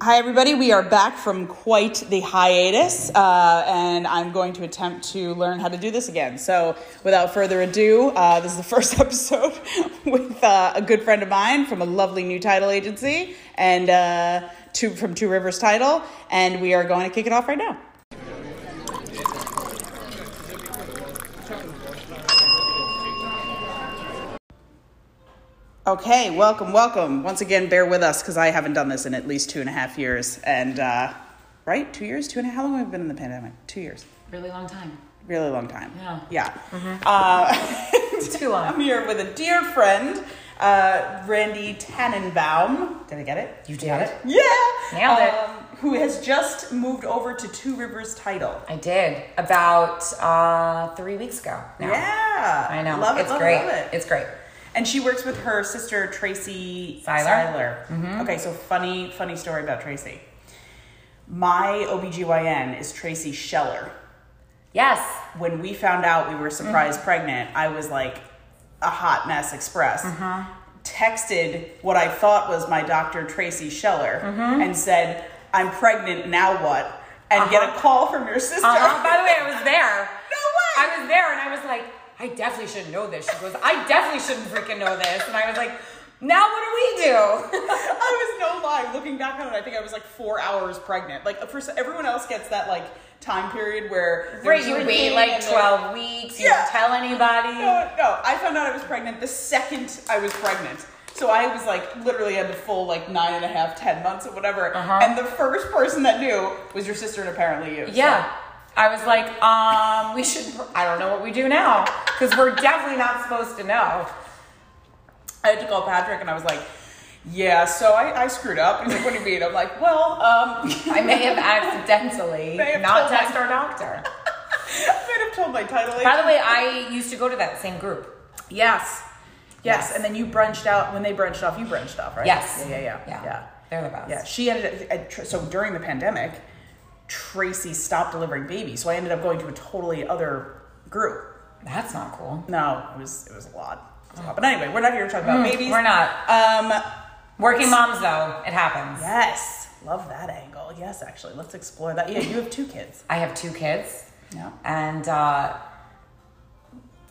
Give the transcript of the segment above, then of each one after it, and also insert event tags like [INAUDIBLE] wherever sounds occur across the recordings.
Hi, everybody. We are back from quite the hiatus, uh, and I'm going to attempt to learn how to do this again. So, without further ado, uh, this is the [LAUGHS] first episode with uh, a good friend of mine from a lovely new title agency and uh, two, from Two Rivers Title, and we are going to kick it off right now. Okay, welcome, welcome. Once again, bear with us because I haven't done this in at least two and a half years. And, uh, right? Two years? Two and a half? How long have we been in the pandemic? Two years. Really long [LAUGHS] time. Really long time. Yeah. Yeah. It's too long. I'm here with a dear friend, uh, Randy Tannenbaum. Did I get it? You did it. Yeah. Nailed it. Um, who has just moved over to Two Rivers title. I did about uh, three weeks ago. Now. Yeah. I know. Love it. It's love great. It, love it. It's great. And she works with her sister Tracy Seiler. Mm-hmm. Seiler. Okay, so funny, funny story about Tracy. My OBGYN is Tracy Scheller. Yes. When we found out we were Mm-hmm. surprised pregnant, I was like a hot mess express. Mm-hmm. Texted what I thought was my doctor Tracy Scheller Mm-hmm. and said, I'm pregnant, now what? And get a call from your sister. [LAUGHS] Uh-huh. By the way, I was there. No way! I was there and I was like, I definitely shouldn't know this. She goes, I definitely shouldn't freaking know this. And I was like, now what [LAUGHS] do we do? I was no lie. Looking back on it, I think I was like four hours pregnant. Like for everyone else gets that like time period where they're Right, you wait drinking like and they're- 12 weeks, you Yeah. don't [LAUGHS] tell anybody. No, no. I found out I was pregnant the second I was pregnant. So I was like literally had the full like nine and a half, ten months or whatever. Uh-huh. And the first person that knew was your sister and apparently you. so- Yeah. I was like, um, we should, I don't know what we do now because we're definitely not supposed to know. I had to call Patrick and I was like, yeah, so I, I screwed up. He's like, what do you mean? I'm like, well, um, [LAUGHS] I may have accidentally May have not told my- text our doctor. I might have told my title. By the way, I used to go to that same group. Yes. Yes, Yes. and then you brunched out when they brunched off. You brunched off, right? Yes. Yeah, yeah, yeah, Yeah. yeah. They're the best. Yeah. She ended up tr- so during the pandemic, Tracy stopped delivering babies, so I ended up going to a totally other group. That's not cool. No, it was it was a lot. It was a lot. But anyway, we're not here to talk about babies. Mm, We're not. Um. Working moms, though, it happens. Yes, love that angle. Yes, actually, let's explore that. Yeah, you have two [LAUGHS] kids. I have two kids Yeah. and uh,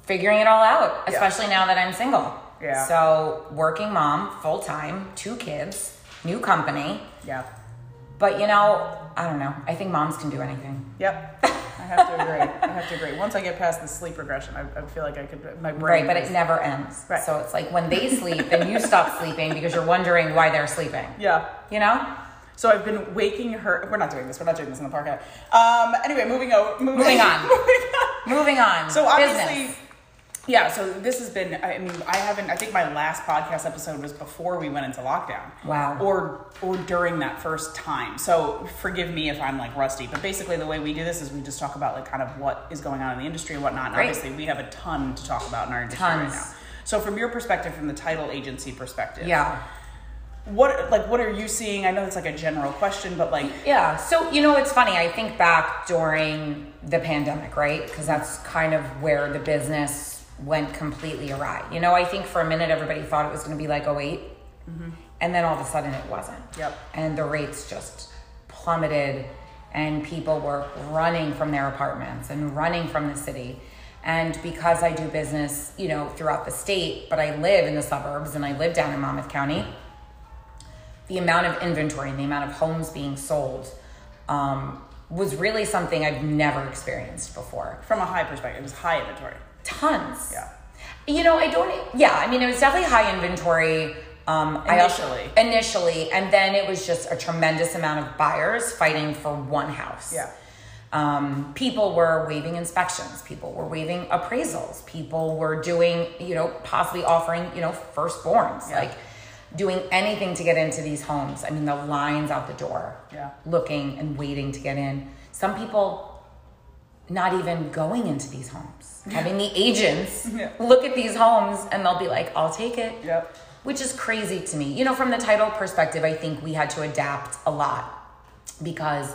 figuring it all out, especially now that I'm single. Yeah. So, working mom, full time, two kids, new company. Yeah. But you know, I don't know. I think moms can do anything. Yep. I have to agree. I have to agree. Once I get past the sleep regression, I, I feel like I could. My brain. Right, but is- it never ends. Right. So it's like when they sleep, then [LAUGHS] you stop sleeping because you're wondering why they're sleeping. yeah. You know? So I've been waking her. We're not doing this. We're not doing this in the park. Um. Anyway, moving on. Moving, [LAUGHS] Moving on. moving on. Moving on. So obviously, Business. yeah. So this has been. I mean, I haven't. I think my last podcast episode was before we went into lockdown. Wow. Or or during that first time. So forgive me if I'm like rusty, but basically the way we do this is we just talk about like kind of what is going on in the industry and whatnot. And Great. obviously, we have a ton to talk about in our industry right Tons. now. So from your perspective, from the title agency perspective, Yeah. What like what are you seeing? I know it's like a general question, but like Yeah. So, you know, it's funny. I think back during the pandemic, right? Because that's kind of where the business went completely awry. You know, I think for a minute everybody thought it was going to be like 8 And then all of a sudden it wasn't. Yep. And the rates just plummeted, and people were running from their apartments and running from the city. And because I do business, you know, throughout the state, but I live in the suburbs and I live down in Monmouth County the amount of inventory and the amount of homes being sold um, was really something I've never experienced before. from a high perspective, it was high inventory. Tons. Yeah. You know, I don't. Yeah, I mean, it was definitely high inventory. Um, I also- Initially. initially, and then it was just a tremendous amount of buyers fighting for one house. Yeah. Um, people were waiving inspections. People were waiving appraisals. People were doing, you know, possibly offering, you know, firstborns, Yeah. like doing anything to get into these homes. I mean, the lines out the door, Yeah. looking and waiting to get in. Some people not even going into these homes. [LAUGHS] Having the agents Yeah. look at these homes and they'll be like, I'll take it. Yep. Which is crazy to me. You know, from the title perspective, I think we had to adapt a lot because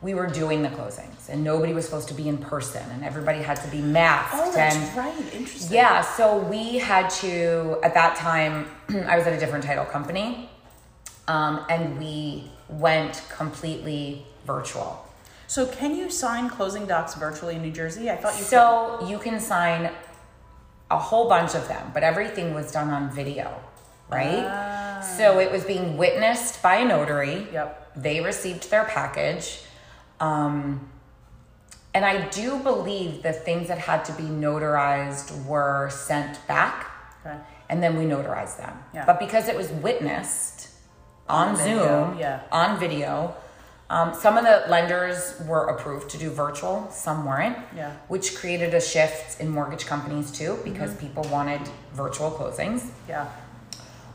we were doing the closings and nobody was supposed to be in person and everybody had to be masked Oh, that's and right. Interesting. yeah, so we had to, at that time, [CLEARS THROAT] I was at a different title company, um, and we went completely virtual. So can you sign closing docs virtually in New Jersey? I thought you So you can sign a whole bunch of them, but everything was done on video, right? So it was being witnessed by a notary. Yep. They received their package. Um, and I do believe the things that had to be notarized were sent back. could. Okay. and then we notarize them. Yeah. But because it was witnessed on, Zoom, video, yeah. on video, um, some of the lenders were approved to do virtual, some weren't, Yeah. which created a shift in mortgage companies too because Mm-hmm. people wanted virtual closings. Yeah.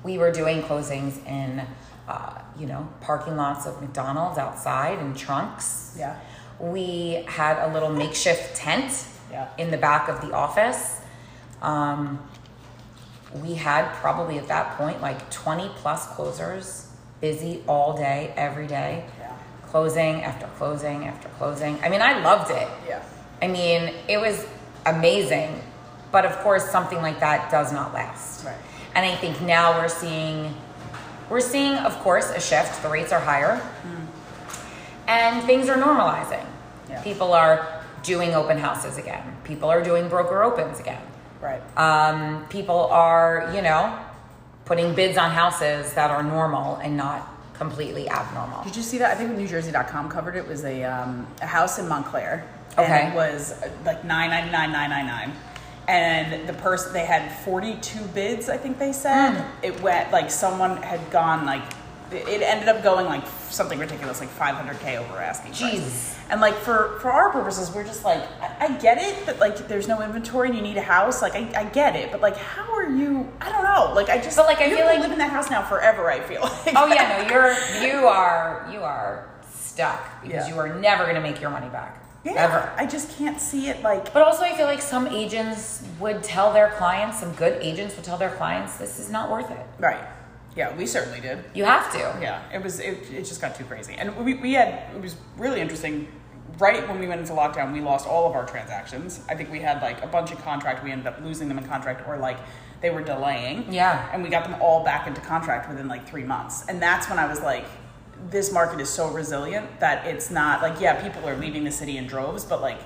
We were doing closings in, uh, you know, parking lots of McDonald's outside in trunks. Yeah. We had a little makeshift tent Yeah. in the back of the office. Um, we had probably at that point like 20 plus closers, busy all day, every day, Yeah. closing after closing after closing. I mean, I loved it. Yeah. I mean, it was amazing. But of course, something like that does not last. Right. And I think now we're seeing, we're seeing, of course, a shift. The rates are higher, and things are normalizing. Hmm. Yeah. People are doing open houses again. People are doing broker opens again. Right. Um, people are, you know, putting bids on houses that are normal and not completely abnormal. Did you see that? I think NewJersey.com covered it. It was a, um, a house in Montclair. Okay. And it was uh, like nine ninety nine nine nine nine. And the person they had forty two bids. I think they said Mm. it went like someone had gone like it it ended up going like something ridiculous like five hundred k over asking. price. Jeez. And like for for our purposes, we're just like I, I get it that like there's no inventory and you need a house. Like I, I get it, but like how are you? I don't know. Like I just But, like, I you feel like- live in that house now forever. I feel [LAUGHS] like Oh yeah, no, you're you are you are stuck because Yeah. you are never gonna make your money back. Yeah, Ever. I just can't see it like But also I feel like some agents would tell their clients, some good agents would tell their clients, this is not worth it. right. Yeah, we certainly did. You have to. Yeah, it was it, it just got too crazy, and we we had it was really interesting. Right when we went into lockdown, we lost all of our transactions. I think we had like a bunch of contract. We ended up losing them in contract, or like they were delaying. Yeah. and we got them all back into contract within like three months, and that's when I was like. This market is so resilient that it's not like yeah, people are leaving the city in droves, but like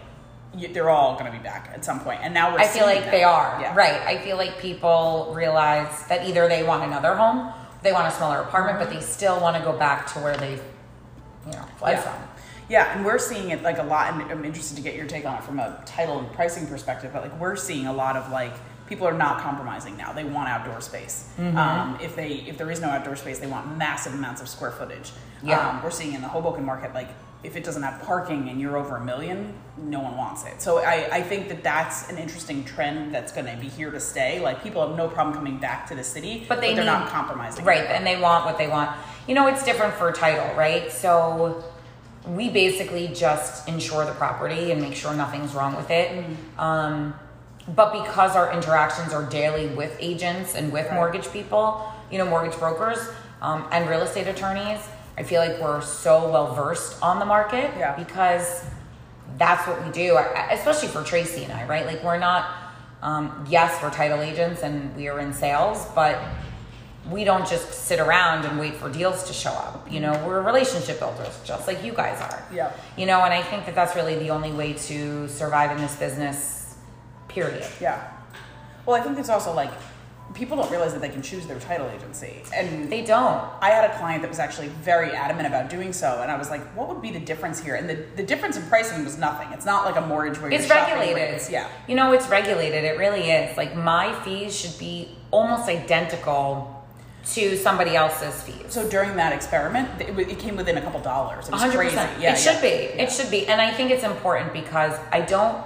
y they're all going to be back at some point. And now we're I feel seeing like they that. are. Yeah. Right. I feel like people realize that either they want another home, they want a smaller apartment, but they still want to go back to where they you know, fled yeah. from. Yeah, and we're seeing it like a lot, and I'm interested to get your take on it from a title and pricing perspective. But like we're seeing a lot of like people are not compromising now; they want outdoor space. Mm-hmm. Um, if they if there is no outdoor space, they want massive amounts of square footage. Yeah. um, we're seeing in the Hoboken market like if it doesn't have parking and you're over a million, no one wants it. So I I think that that's an interesting trend that's going to be here to stay. Like people have no problem coming back to the city, but they they're need, not compromising, right and they want what they want you know it's different for title right so we basically just insure the property and make sure nothing's wrong with it Mm-hmm. um, but because our interactions are daily with agents and with Right. mortgage people you know mortgage brokers um, and real estate attorneys i feel like we're so well versed on the market Yeah. because that's what we do, uh, especially for Tracy and I, right? Like, we're not, um, yes, we're title agents and we are in sales, but we don't just sit around and wait for deals to show up. You know, we're relationship builders, just like you guys are. Yeah. You know, and I think that that's really the only way to survive in this business, period. Yeah. Well, I think it's also like people don't realize that they can choose their title agency. And They don't. I had a client that was actually very adamant about doing so, and I was like, "What would be the difference here?" And the, the difference in pricing was nothing. It's not like a mortgage where It's you're shopping regulated. rates. Yeah. You know, it's regulated. It really is. Like, my fees should be almost identical to somebody else's fees. So during that experiment, it, w- it came within a couple dollars. It was 100%. crazy. It should be. It should be. And I think it's important because I don't,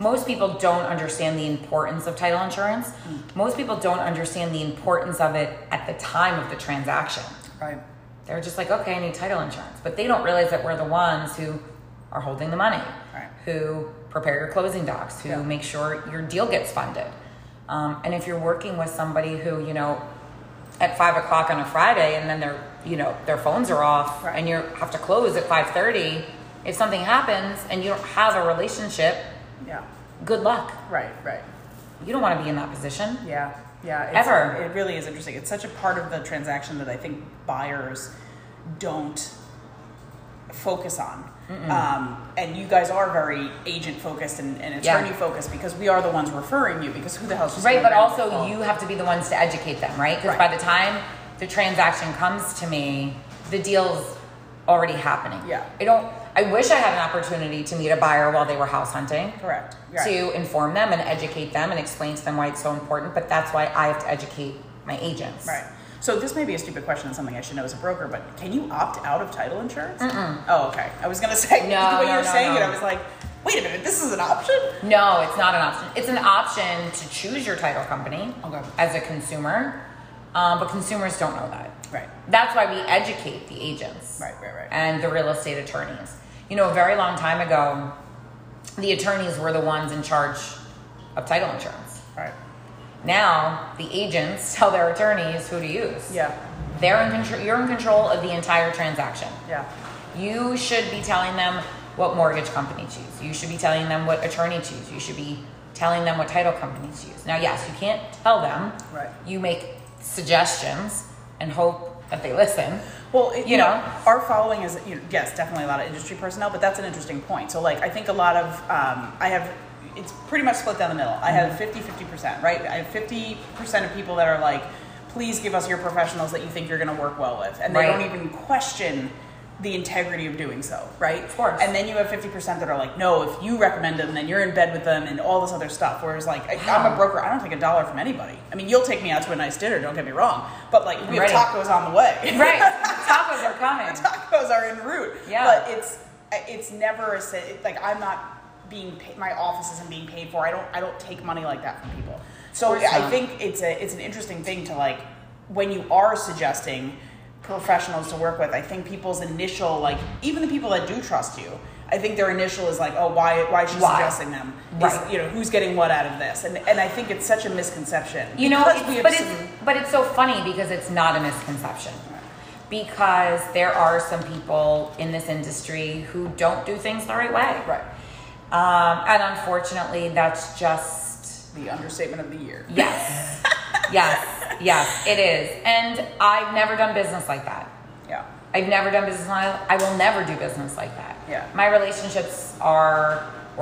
most people don't understand the importance of title insurance. Mm. Most people don't understand the importance of it at the time of the transaction. Right. They're just like, okay, I need title insurance. But they don't realize that we're the ones who are holding the money, Right. who prepare your closing docs, who Yeah. make sure your deal gets funded. Um, and if you're working with somebody who, you know, at five o'clock on a Friday, and then their you know their phones are off, Right. and you have to close at five thirty. If something happens and you don't have a relationship, Yeah. good luck. Right. Right. You don't want to be in that position. Yeah. Yeah. It's, Ever. It really is interesting. It's such a part of the transaction that I think buyers don't focus on. Um, and you guys are very agent focused and, and Yeah. attorney focused because we are the ones referring you because who the hell's just Right, gonna but rent also it? you have to be the ones to educate them, right? Because by the time the transaction comes to me, the deal's already happening. Yeah. I don't. I wish I had an opportunity to meet a buyer while they were house hunting. correct right. to inform them and educate them and explain to them why it's so important. But that's why I have to educate my agents. Right. So this may be a stupid question and something I should know as a broker, but can you opt out of title insurance? Oh, okay. I was gonna [LAUGHS] say No, the way no, you were no, saying no. it, I was like, wait a minute, this is an option. No, it's not an option. It's an option to choose your title company Okay. as a consumer, um, but consumers don't know that. Right. That's why we educate the agents. Right, right, right. And the real estate attorneys. You know, a very long time ago, the attorneys were the ones in charge of title insurance. Right. Now the agents tell their attorneys who to use. Yeah. They're in control. You're in control of the entire transaction. Yeah. You should be telling them what mortgage company to use. You should be telling them what attorney to use. You should be telling them what title company to use. Now, yes, you can't tell them. Right. You make suggestions and hope that they listen. Well, it, You you know. know, our following is you know, yes, definitely a lot of industry personnel, but that's an interesting point. So, like, I think a lot of um, I have it's pretty much split down the middle. I have 50 50 percent, right? I have 50 percent of people that are like, please give us your professionals that you think you're going to work well with, and they Right. don't even question the integrity of doing so, right? Of course. And then you have 50% that are like, no, if you recommend them, then you're in bed with them and all this other stuff. Whereas, like, I, I'm Wow. a broker, I don't take a dollar from anybody. I mean, you'll take me out to a nice dinner, don't get me wrong, but like, we have Right. tacos on the way [LAUGHS] Right. Tacos are coming. [LAUGHS] tacos are en route. Yeah. But it's it's never a sa- it- like I'm not being paid, my office isn't being paid for. I don't I don't take money like that from people. So Of course I not. think it's a it's an interesting thing to like when you are suggesting professionals to work with. I think people's initial like even the people that do trust you. I think their initial is like, oh, why why is she Why? suggesting them? Is- Right. you know, who's getting what out of this? And and I think it's such a misconception. You know, Because it's- we have but seen- it's but it's so funny because it's not a misconception. Because there are some people in this industry who don't do things the right way. right. Um, and unfortunately, that's just The understatement of the year. [LAUGHS] Yes. yes. Yes, it is. And I've never done business like that. Yeah. I've never done business like I will never do business like that. Yeah. My relationships are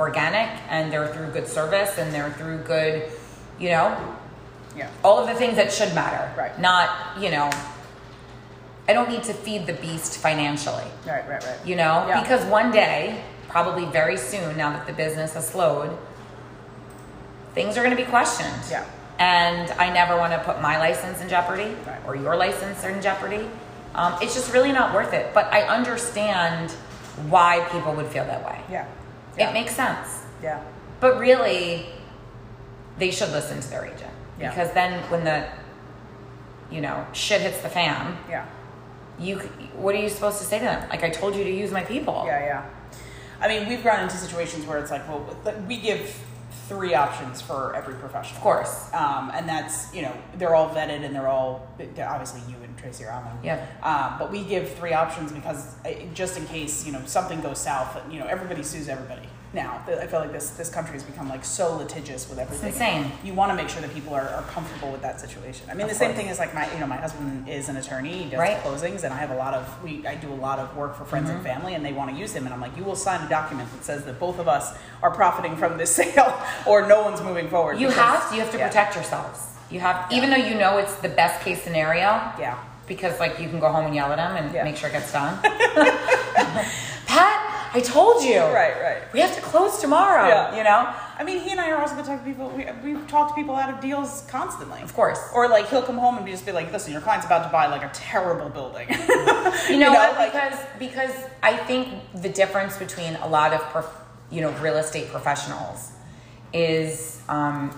organic and they're through good service and they're through good, you know, Yeah. all of the things that should matter. Right. Not, you know, I don't need to feed the beast financially Right, right, right. you know Yeah. because one day probably very soon now that the business has slowed things are going to be questioned Yeah. and i never want to put my license in jeopardy Right. or your license in jeopardy um, it's just really not worth it but i understand why people would feel that way Yeah. Yeah. it makes sense yeah. but really they should listen to their agent Yeah. because then when the you know shit hits the fan Yeah. you c- what are you supposed to say to them like i told you to use my people Yeah. Yeah. I mean, we've run into situations where it's like, well, like, we give three options for every professional. Of course. Um, and that's, you know, they're all vetted and they're all, they're obviously you and Tracy are on them. Yeah. Um, but we give three options because uh, just in case, you know, something goes south, you know, everybody sues everybody now. I feel like this, this country has become like so litigious with everything. insane. You want to make sure that people are, are comfortable with that situation. I mean, Of the same course. thing is like my, you know, my husband is an attorney. He does Right. Mm-hmm. closings and I have a lot of, we, I do a lot of work for friends and family and they want to use him. And I'm like, you will sign a document that says that both of us are profiting from this [LAUGHS] sale or no one's moving forward. You because- have to. You have to yeah. protect yourselves. You have, even though you know it's the best case scenario. Yeah. Because like you can go home and yell at them and Yeah. make sure it gets [LAUGHS] done. [LAUGHS] Pat, I told you. Right, right. We have to close tomorrow. Yeah. You know. I mean, he and I are also the type of people we we talk to people out of deals constantly. Of course. Or like he'll come home and be just be like, "Listen, your client's about to buy like a terrible [LAUGHS] building." You know, what? like- because because I think the difference between a lot of prof, you know real estate professionals is um,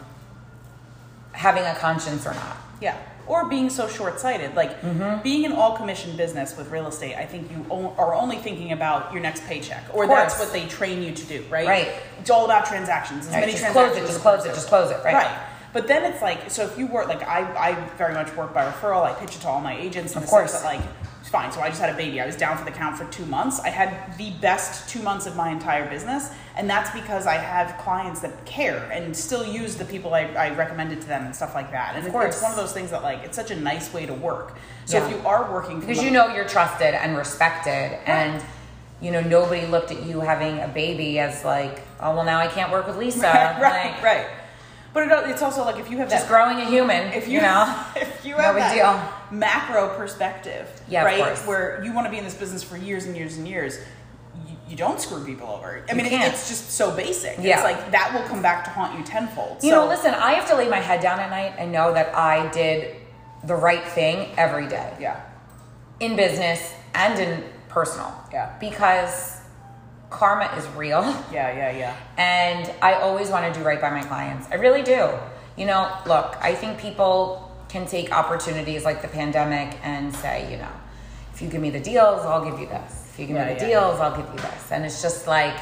having a conscience or not. yeah. Or being so short-sighted, like Mm-hmm. being an all-commission business with real estate, I think you o- are only thinking about your next paycheck, or course. that's what they train you to do, right? Right. It's all about transactions. As Right, many just close transactions it. as Just close it. possible. Just close it. Right. Right. But then it's like, so if you work, like I, I very much work by referral. I pitch it to all my agents. in Of the sense course. that, like, it's fine. So I just had a baby. I was down for the count for two months. I had the best two months of my entire business, and that's because I have clients that care and still use the people I, I recommended to them and stuff like that. And Of it- it's course. one of those things that like it's such a nice way to work. So if Yeah. you are working, from because a- you know you're trusted and respected and you know nobody looked at you having a baby as like oh well now i can't work with [LAUGHS] lisa right, [LAUGHS] right, Like, right. But it, al- it's also like if you have just that. growing a human If if you, you, [LAUGHS] know if you No have big that deal. macro perspective, Yeah, of right, course. where you want to be in this business for years and years and years, you, you don't screw people over. I mean, it, can't. it's just so basic. Yeah. It's like that will come back to haunt you tenfold. you so, know listen i have to lay my head down at night and know that i did the right thing every day Yeah, in business and in personal Yeah. because karma is real [LAUGHS] yeah, yeah, yeah. and I always want to do right by my clients. I really do. You know, look, I think people can take opportunities like the pandemic and say, you know, if you give me the deals, I'll give you this. If you give Yeah, me the yeah. deals, I'll give you this. And it's just like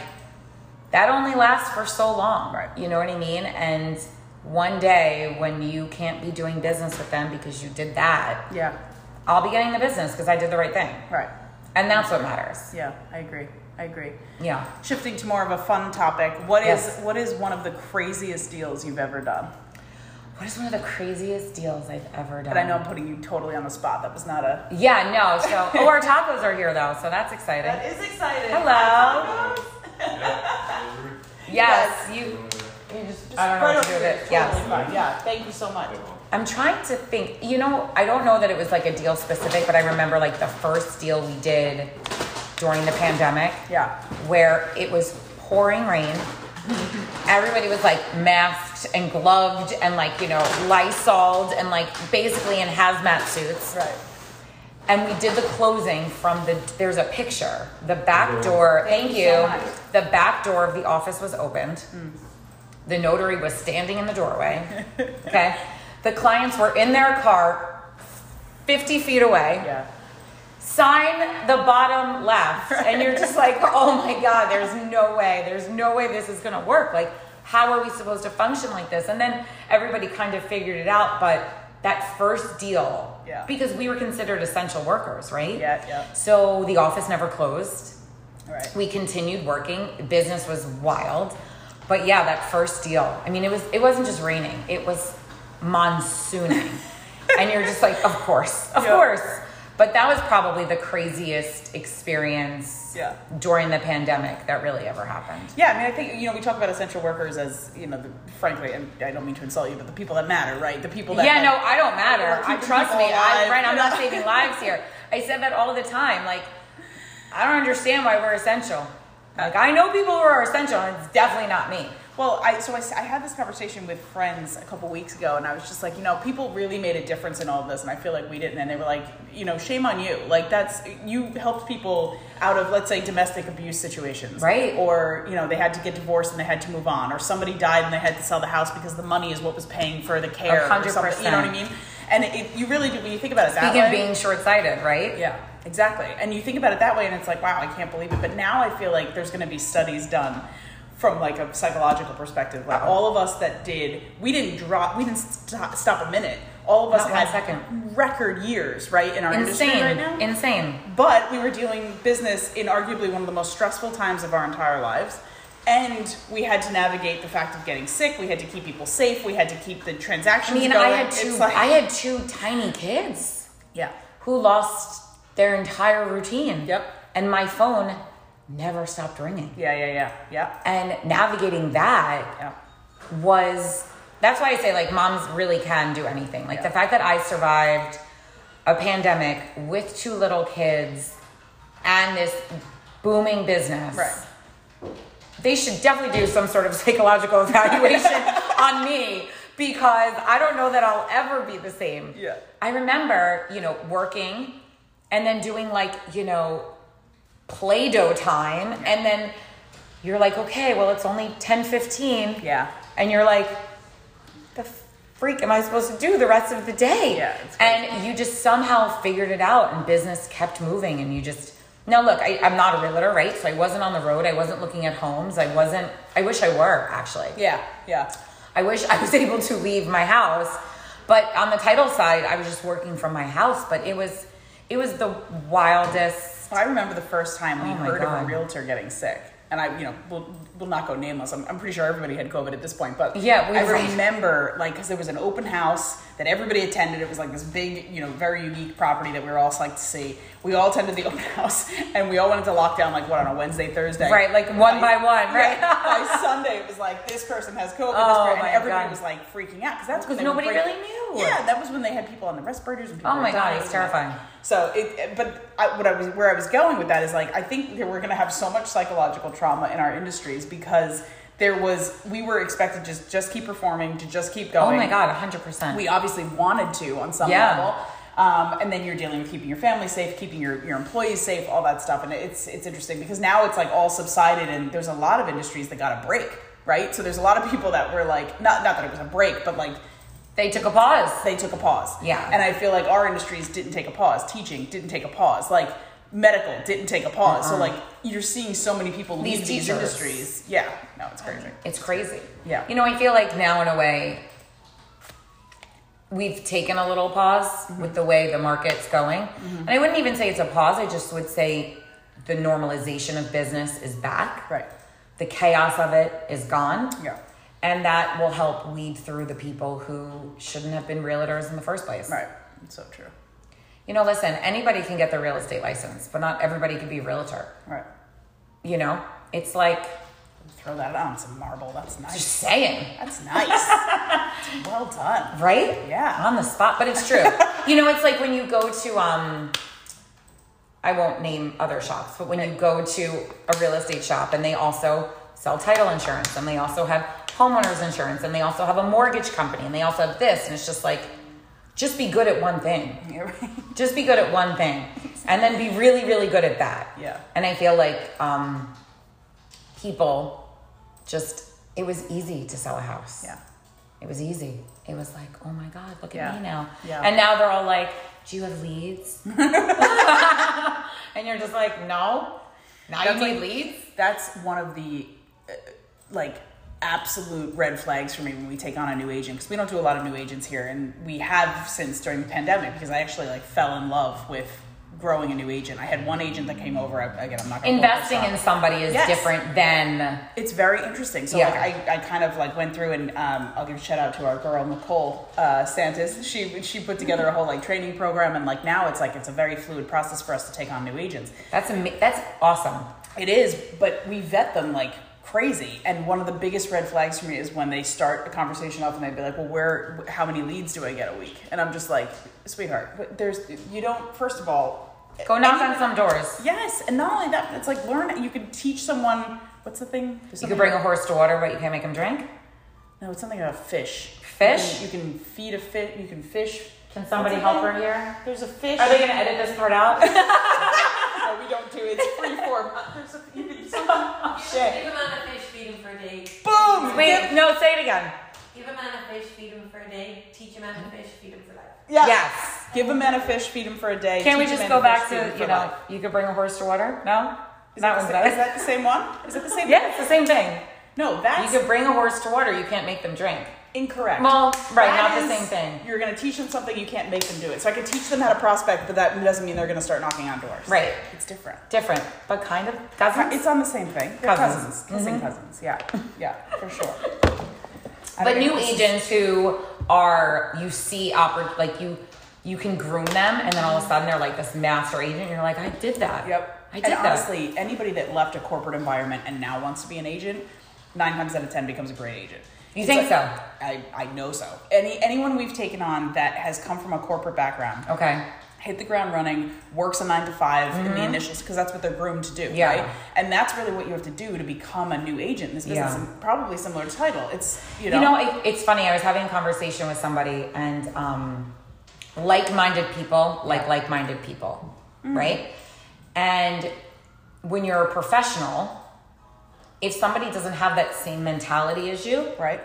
that only lasts for so long. Right. You know what I mean? And one day when you can't be doing business with them because you did that, Yeah, I'll be getting the business because I did the right thing. right. And that's what matters. Yeah, I agree. I agree. Yeah. Shifting to more of a fun topic, what is Yes. what is one of the craziest deals you've ever done? What is one of the craziest deals I've ever done? But I know I'm putting you totally on the spot. That was not a. Yeah, no. So, oh, our tacos are here though, so that's exciting. is exciting. Hello. Yes, you. You just. I don't know what to do with it. Yes. Yeah. Thank you so much. I'm trying to think. You know, I don't know that it was like a deal specific, but I remember like the first deal we did during the pandemic Yeah. where it was pouring rain. Everybody was like masked and gloved and like, you know, Lysoled and like basically in hazmat suits. Right. and we did the closing from the there's a picture the back door thank, you you so much. Mm. the back door of the office was opened the notary was standing in the [LAUGHS] doorway okay the clients were in their car 50 feet away Yeah. sign the [LAUGHS] bottom left and you're just like oh my god there's no way there's no way this is gonna work like how are we supposed to function like this and then everybody kind of figured it out but that first deal Yeah. because we were considered essential workers right Yeah, yeah. so the office never closed Right. we continued working business was wild but yeah that first deal i mean it was it wasn't just raining it was [LAUGHS] monsooning and you're just like of course of Yeah. course but that was probably the craziest experience Yeah. during the pandemic that really ever happened Yeah, I mean, I think you know we talk about essential workers as you know, the, frankly, and I don't mean to insult you, but the people that matter, right? The people that yeah like, no i don't matter we're i keeping trust people me i alive, friend i'm you not know? [LAUGHS] saving lives here i said that all the time like i don't understand why we're essential like i know people who are essential and it's definitely not me Well, I so I, s- I had this conversation with friends a couple weeks ago, and I was just like, you know, people really made a difference in all of this, and I feel like we didn't. And they were like, you know, shame on you. Like that's you helped people out of let's say domestic abuse situations, Right. Or you know, they had to get divorced and they had to move on, or somebody died and they had to sell the house because the money is what was paying for the care. A Or hundred something, you know what I percent. mean? And it, you really do when you think about it that Speaking way. of being short-sighted, right? Yeah, exactly. And you think about it that way, and it's like, wow, I can't believe it. But now I feel like there's going to be studies done from like a psychological perspective. Like all of us that did, we didn't drop, we didn't st- stop a minute. All of us Not one had second. record years, right, in our industry Insane. right now. Insane. but we were doing business in arguably one of the most stressful times of our entire lives. And we had to navigate the fact of getting sick. We had to keep people safe. We had to keep the I transactions mean, going. I had two. It's like- I had two tiny kids yeah. who lost their entire routine. Yep. And my phone never stopped ringing. Yeah, yeah, yeah, yeah, And navigating that yeah. was that's why I say like moms really can do anything. Like Yeah. the fact that I survived a pandemic with two little kids and this booming business. Right. they should definitely do some sort of [LAUGHS] psychological evaluation on me because I don't know that I'll ever be the same. Yeah. I remember, you know, working and then doing like, you know, play doh time and then you're like, okay, well it's only 10 15. Yeah. And you're like, the freak am I supposed to do the rest of the day? Yeah, it's crazy. and you just somehow figured it out and business kept moving and you just now look, I, I'm not a realtor, right? So I wasn't on the road, I wasn't looking at homes, I wasn't I wish I were actually. Yeah, yeah. I wish I was [LAUGHS] able to leave my house. But on the title side, I was just working from my house. But it was, it was the wildest. I remember the first time we Oh my heard of a God. realtor getting sick. And I, you know, we'll, we'll not go nameless. I'm, I'm pretty sure everybody had COVID at this point, but Yeah, we I were- remember like because there was an open house that everybody attended. It was like this big, you know, very unique property that we were all psyched to see. We all attended the [LAUGHS] open house, and we all went into lockdown like what on a Wednesday, Thursday, Right, like one by one, right? Yeah, [LAUGHS] by Sunday, it was like this person has COVID, Oh this person, my and everybody God. was like freaking out because that's when Because they were nobody break- really knew. Yeah, that was when they had people on the respirators. And people Oh were my God, dying. it's terrifying. So, it, but I, what I was, where I was going with that is like, I think that we're going to have so much psychological trauma in our industries because there was, we were expected to just, just keep performing, to just keep Oh going. my God, 100%. We obviously wanted to on some Yeah. level. Um, and then you're dealing with keeping your family safe, keeping your, your employees safe, all that stuff. And it's, it's interesting because now it's like all subsided and there's a lot of industries that got a break, right? So there's a lot of people that were like, not, not that it was a break, but like they took a pause. they took a pause. Yeah. And I feel like our industries didn't take a pause. Teaching didn't take a pause. Like medical didn't take a pause. So like you're seeing so many people Uh-uh. These leave these teachers. industries. Yeah. No, it's crazy. It's crazy. Yeah. You know, I feel like now in a way, we've taken a little pause Mm-hmm. with the way the market's going. And I wouldn't even say it's a pause, I just would say the normalization of business is back. Right. The chaos of it is gone. Yeah. And that will help weed through the people who shouldn't have been realtors in the first place. Right. It's so true. You know, listen, anybody can get their real estate license, but not everybody can be a realtor. Right. You know, it's like, Throw that on some marble. That's nice. just saying. That's nice. It's [LAUGHS] well done. [LAUGHS] Right? Yeah. On the spot, [LAUGHS] but it's true. you know, it's like when you go to um I won't name other shops, but when you go to a real estate shop and they also sell title insurance and they also have homeowners insurance and they also have a mortgage company and they also have this and it's just like just be good at one thing. You're right. Just be good at one thing. And then be really, really good at that. Yeah. And I feel like um people just it was easy to sell a house. Yeah. It was easy. It was like, oh my God, look at Yeah. me now. Yeah. And now they're all like, do you have [LAUGHS] leads? and you're just like, no. Now you That's need like- leads? That's one of the uh, like absolute red flags for me when we take on a new agent because we don't do a lot of new agents here, and we have since during the pandemic because I actually like fell in love with growing a new agent. I had one agent that came over. I, again, I'm not gonna blow this Investing up. in somebody is Yes. different than It's very interesting. So Yeah. like I, I kind of like went through and um, I'll give a shout out to our girl Nicole uh, Santis. She she put together a whole like training program and like now it's like it's a very fluid process for us to take on new agents. that's ama- that's awesome. It is, but we vet them like crazy. And one of the biggest red flags for me is when they start a conversation off and they'd be like, "Well, where? How many leads do I get a week?" And I'm just like, "Sweetheart, but there's you don't. First of all, Go knock any- on some doors. Yes, and not only that, it's like learn. You can teach someone. What's the thing? There's You something- could bring a horse to water, but you can't make him drink. No, it's something about fish. Fish? You can, you can feed a fish. You can fish. Can somebody What's the help thing? her here? There's a fish. Are they going to edit this part out? No, we don't do it. It's free form. There's a, you can, [LAUGHS] Give a man a fish, feed him for a day. boom. [LAUGHS] Wait, no, say it again. Give a man a fish, feed him for a day. Teach a man a fish, feed him for life. Yeah. Yes. Give a man a fish, feed him for a day. Can we teach a man just go to fish, back feed him to, for you know, life. you could bring a horse to water? No? Is that the one's sa- better. Is that the same one? Is that the same? yeah, it's the same thing. No, You that's could bring a horse to water, you can't make them drink. incorrect. Well, right, That not the is- same thing. You're going to teach them something you can't make them do it. So I could teach them how to prospect, but that doesn't mean they're going to start knocking on doors. Right. It's different. Different, but kind of cousins. It's on the same thing. They're Cousins. cousins, Mm-hmm. kissing cousins. Yeah, yeah, for sure. I [LAUGHS] but don't new know. agents who are you see oppor- like you you can groom them, and then all of a sudden they're like this master agent. And you're like, I did that. Yep. I did and that. honestly, anybody that left a corporate environment and now wants to be an agent, nine times out of ten becomes a great agent. You think so? I, I know so. Any anyone we've taken on that has come from a corporate background, okay. hit the ground running, works a nine to 5 in the initials because that's what they're groomed to do, Mm-hmm. Yeah. right? And that's really what you have to do to become a new agent in this business. Yeah. And probably similar title. It's you know, You know, it, it's funny. I was having a conversation with somebody, and um, like-minded people like like-minded people, Mm-hmm. right? And when you're a professional, if somebody doesn't have that same mentality as you, right?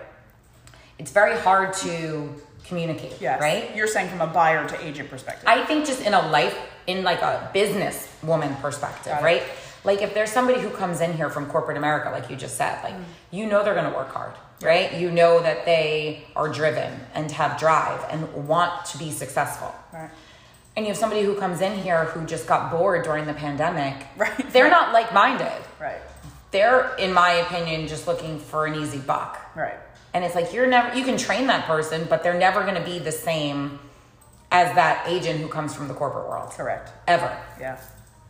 it's very hard to communicate, Yes. right? You're saying from a buyer to agent perspective. I think just in a life, in like a business woman perspective, Got it. Mm. right? Like if there's somebody who comes in here from corporate America, like you just said, like you know they're going to work hard. right? You know that they are driven and have drive and want to be successful. Right. And you have somebody who comes in here who just got bored during the pandemic. Right. They're not like minded. Right. They're, in my opinion, just looking for an easy buck. Right. And it's like you're never you can train that person, but they're never going to be the same as that agent who comes from the corporate world. Correct. Ever. Yeah.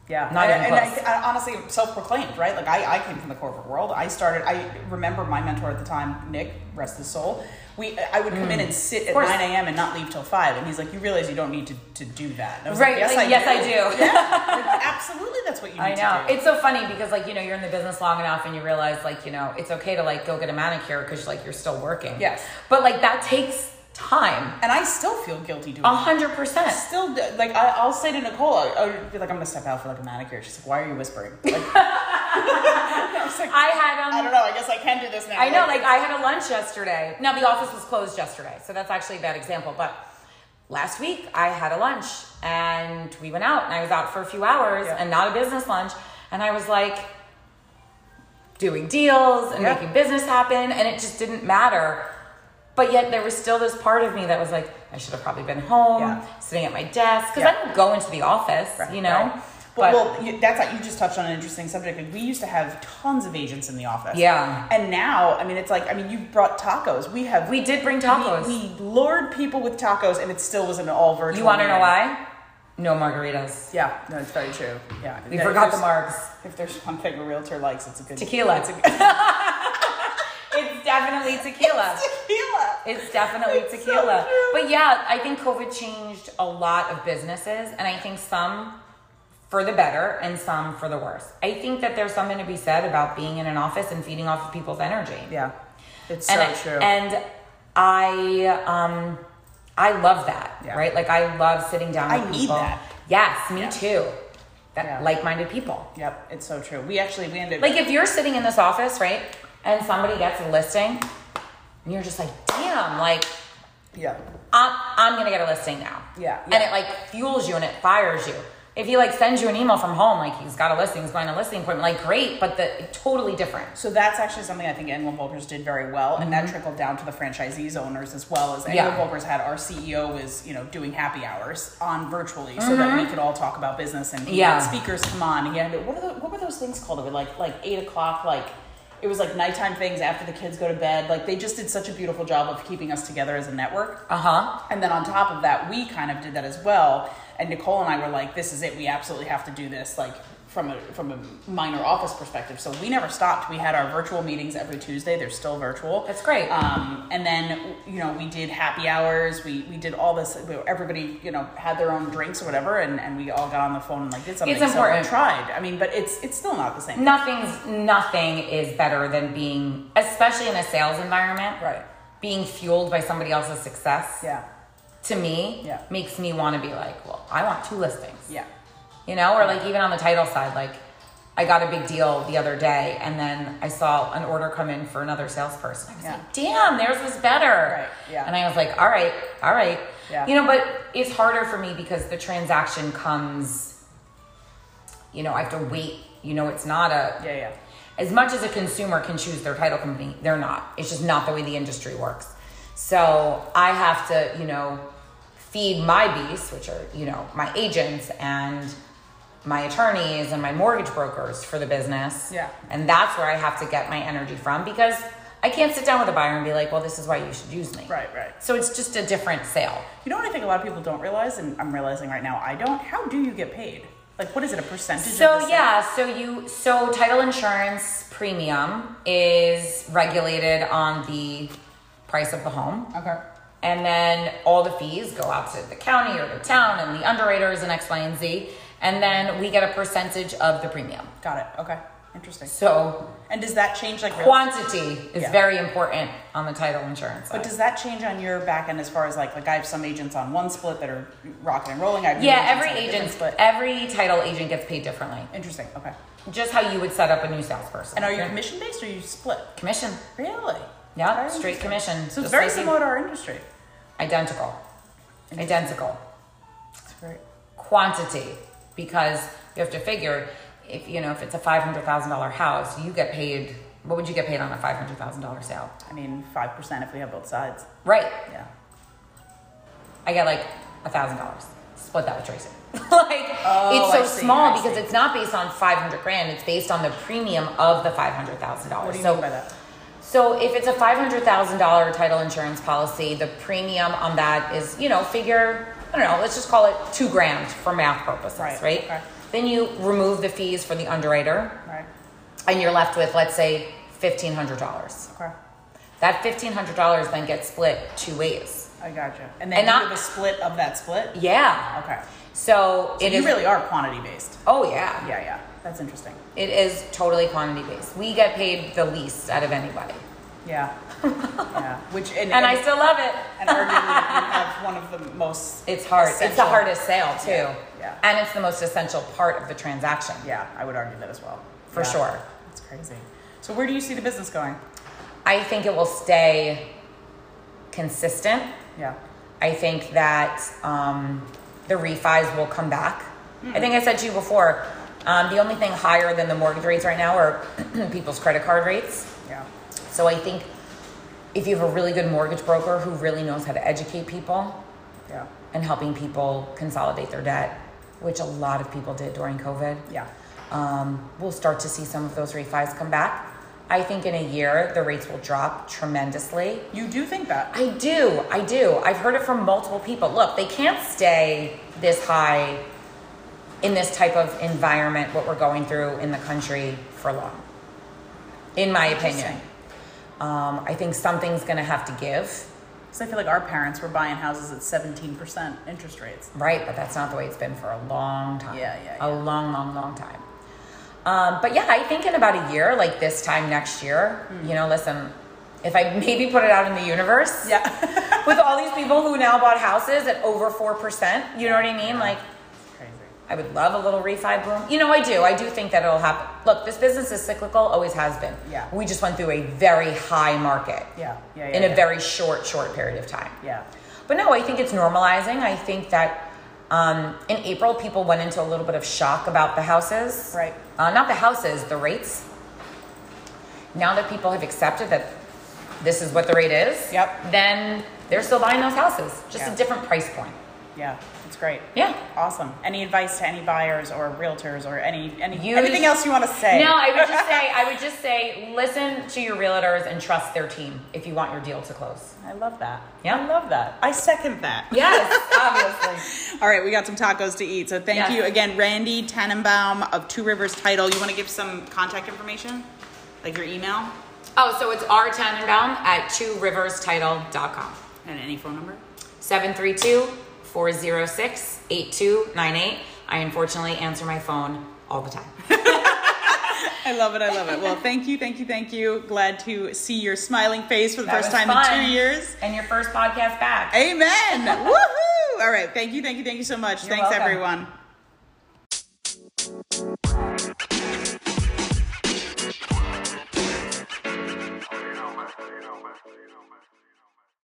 Yeah. Not and, even and close. I, I honestly self-proclaimed, right? Like I, I came from the corporate world. I started. I remember my mentor at the time, Nick, rest his soul. We, I would come in and sit at Mm. course. 9 a.m. and not leave till five, and he's like, "You realize you don't need to, to do that." And I was Right. Like, yes, I like, yes, do. I do. Yeah. [LAUGHS] Like, absolutely, that's what you need I to know. do. It's so funny because like, you know, you're in the business long enough and you realize like, you know, it's okay to like go get a manicure cuz like you're still working. Yes. But like that takes time. and I still feel guilty doing. A it. 100%. Still, d- like I, I'll say to Nicole, I, I would be like, "I'm gonna step out for like a manicure." She's like, "Why are you whispering?" Like, I was like, I had um I don't know. I guess I can do this now. I know, like I had a lunch yesterday. Now the office was closed yesterday, so that's actually a bad example. But last week I had a lunch and we went out and I was out for a few hours Yeah. and not a business lunch. And I was like doing deals and Yeah. making business happen and it just didn't matter. But yet there was still this part of me that was like, I should have probably been home, Yeah. sitting at my desk. Because Yeah. I don't go into the office, Right, you know? right. But, But, well, you, that's you just touched on an interesting subject. Like, we used to have tons of agents in the office. Yeah. And now, I mean, it's like I mean, you brought tacos. We have we did bring we, tacos. we lured people with tacos, and it still was an all virtual. you wanna know meeting. why? No margaritas. Yeah, no, it's very true. Yeah, We If forgot the there's- marks. If there's one thing a realtor likes, it's a good Tequila. It's a good [LAUGHS] It's definitely tequila. tequila. It's definitely It's so tequila. true. but yeah, I think COVID changed a lot of businesses, and I think some for the better and some for the worse. I think that there's something to be said about being in an office and feeding off of people's energy. Yeah, it's so and I, true. And I, um, I love that. Yeah. Right? Like I love sitting down I with need people. that. Yes, me too. That Yeah. like-minded people. yep, it's so true. We actually we ended Like if you're sitting in this office, right, and somebody gets a listing, and you're just like, damn, like yeah. I'm, I'm gonna get a listing now. Yeah, And yeah. it like fuels you and it fires you. If he like sends you an email from home, like he's got a listing, he's going to a listing appointment, like great, but the totally different. So that's actually something I think England Bulkers did very well, and that trickled down to the franchisees owners as well as Mm-hmm. Yeah. England Bulkers had our CEO was you know doing happy hours on virtually so that we could all talk about business and he Mm-hmm. Yeah. had speakers come on. and He had what are the, what were those things called? They were like like eight o'clock like. It was like nighttime things after the kids go to bed. Like they just did such a beautiful job of keeping us together as a network. Uh huh. And then on top of that, we kind of did that as well. And Nicole and I were like, "This is it. We absolutely have to do this." Like from a from a minor office perspective. So we never stopped. We had our virtual meetings every Tuesday. They're still virtual. That's great. Um, and then you know we did happy hours. We we did all this. Everybody you know had their own drinks or whatever, and, and we all got on the phone and like did something. It's important. Mm. So I tried. I mean, but it's it's still not the same. Nothing's nothing is better than being, especially in a sales environment, Right. Being fueled by somebody else's success. Yeah. To me, Yeah. makes me want to be like, well, I want two listings. Yeah. you know or like even on the title side like i got a big deal the other day and then i saw an order come in for another salesperson i was Yeah. like damn theirs was better Right, yeah. and i was like all right all right Yeah. you know but it's harder for me because the transaction comes you know i have to wait you know it's not a Yeah. Yeah. as much as a consumer can choose their title company, they're not. It's just not the way the industry works. So I have to, you know, feed my beasts, which are, you know, my agents and my attorneys and my mortgage brokers for the business. Yeah. And that's where I have to get my energy from because I can't sit down with a buyer and be like, well, this is why you should use me. Right. Right. So it's just a different sale. You know what I think a lot of people don't realize, and I'm realizing right now I don't. How do you get paid? Like, what is it? A percentage? of So the sale? yeah, so you so title insurance premium is regulated on the price of the home. Okay. And then all the fees go out to the county or the town and the underwriters and X, Y, and Z. And then we get a percentage of the premium. Got it. Okay. Interesting. So And does that change like? real- quantity is Yeah. very important on the title insurance. But side. does that change on your back end as far as like like I have some agents on one split that are rocking and rolling. I have yeah, agents every on a different agent, split. every title agent gets paid differently. Interesting. Okay. Just how you would set up a new salesperson. And are you You're- commission based or you split? commission? Really? Yeah, Very straight interesting. commission, So just it's very like you- similar to our industry. Identical. Identical. That's great. quantity because you have to figure if you know if it's a five hundred thousand dollar house, you get paid What would you get paid on a five hundred thousand dollar sale? I mean, five percent if we have both sides. Right. Yeah. I get like a thousand dollars. Split that with Tracy. [LAUGHS] like Oh, I it's so see, small I because see. it's not based on five hundred grand. It's based on the premium of the five hundred thousand What dollars. do you Oh, So mean by that? so if it's a five hundred thousand dollar title insurance policy, the premium on that is you know figure I don't know. Let's just call it two grand for math purposes, right? Right, okay. Then you remove the fees for the underwriter, Right. and you're left with let's say fifteen hundred dollars. Okay. That fifteen hundred dollars then gets split two ways. I gotcha. And And then not- you have a split of that split. Yeah. Okay. So, So it you is- really are quantity based. Oh Yeah, yeah. That's interesting. It is totally quantity based. We get paid the least out of anybody. [LAUGHS] Yeah. yeah. Which and, And I and- still love it. and arguably you have one of the most. It's hard. It's the essential- hardest sale too. Yeah, yeah. And it's the most essential part of the transaction. Yeah, I would argue that as well. For Yeah. sure. That's crazy. So where do you see the business going? I think it will stay consistent. Yeah. I think that um, the refis will come back. I think I said to you before, um, the only thing higher than the mortgage rates right now are [CLEARS THROAT] people's credit card rates. Yeah. So I think if you have a really good mortgage broker who really knows how to educate people, Yeah. and helping people consolidate their debt, which a lot of people did during COVID. Yeah. Um, we'll start to see some of those refis come back. I think in a year the rates will drop tremendously. You do think that? I do, I do. I've heard it from multiple people. Look, they can't stay this high in this type of environment, what we're going through in the country for long, in my opinion. Um, I think something's gonna have to give, Because I feel like our parents were buying houses at 17% interest rates. Right, but that's not the way it's been for a long time. Yeah, yeah, A long, long, long time. Um, but yeah, I think in about a year, like this time next year, Hmm. you know, listen, if I maybe put it out in the [LAUGHS] universe Yeah. with all these people who now bought houses at over 4%, you know what I mean? Like, crazy. I would love a little refi boom. You know, I do. I do think that it'll happen. Look, this business is cyclical, always has been. Yeah. We just went through a very high market Yeah. Yeah. yeah in a yeah. very short, short period of time. Yeah. But no, I think it's normalizing. I think that um, in April, people went into a little bit of shock about the houses. Right. Uh, not the houses, the rates. Now that people have accepted that this is what the rate is, Yep. then they're still buying those houses, just Yeah. a different price point. Yeah. It's great. Yeah. Awesome. Any advice to any buyers or realtors or any, any Use- anything else you want to say? No, I would just say, I would just say, listen to your realtors and trust their team if you want your deal to close. I love that. Yeah. I love that. I second that. [LAUGHS] Yes, obviously. All right, we got some tacos to eat. So thank Yes. you again, Randy Tannenbaum of Two Rivers Title. You want to give some contact information? Like your email Oh, so it's R Tannenbaum at tworiverstitle.com. and any phone number? 732-406-8298. I unfortunately answer my phone all the time. I love it. I love it. Well, thank you, thank you, thank you. Glad to see your smiling face for the That first was time fun. in two years. And your first podcast back. [LAUGHS] Amen. Woohoo! All right, thank you, thank you, thank you so much. You're Thanks, welcome. everyone.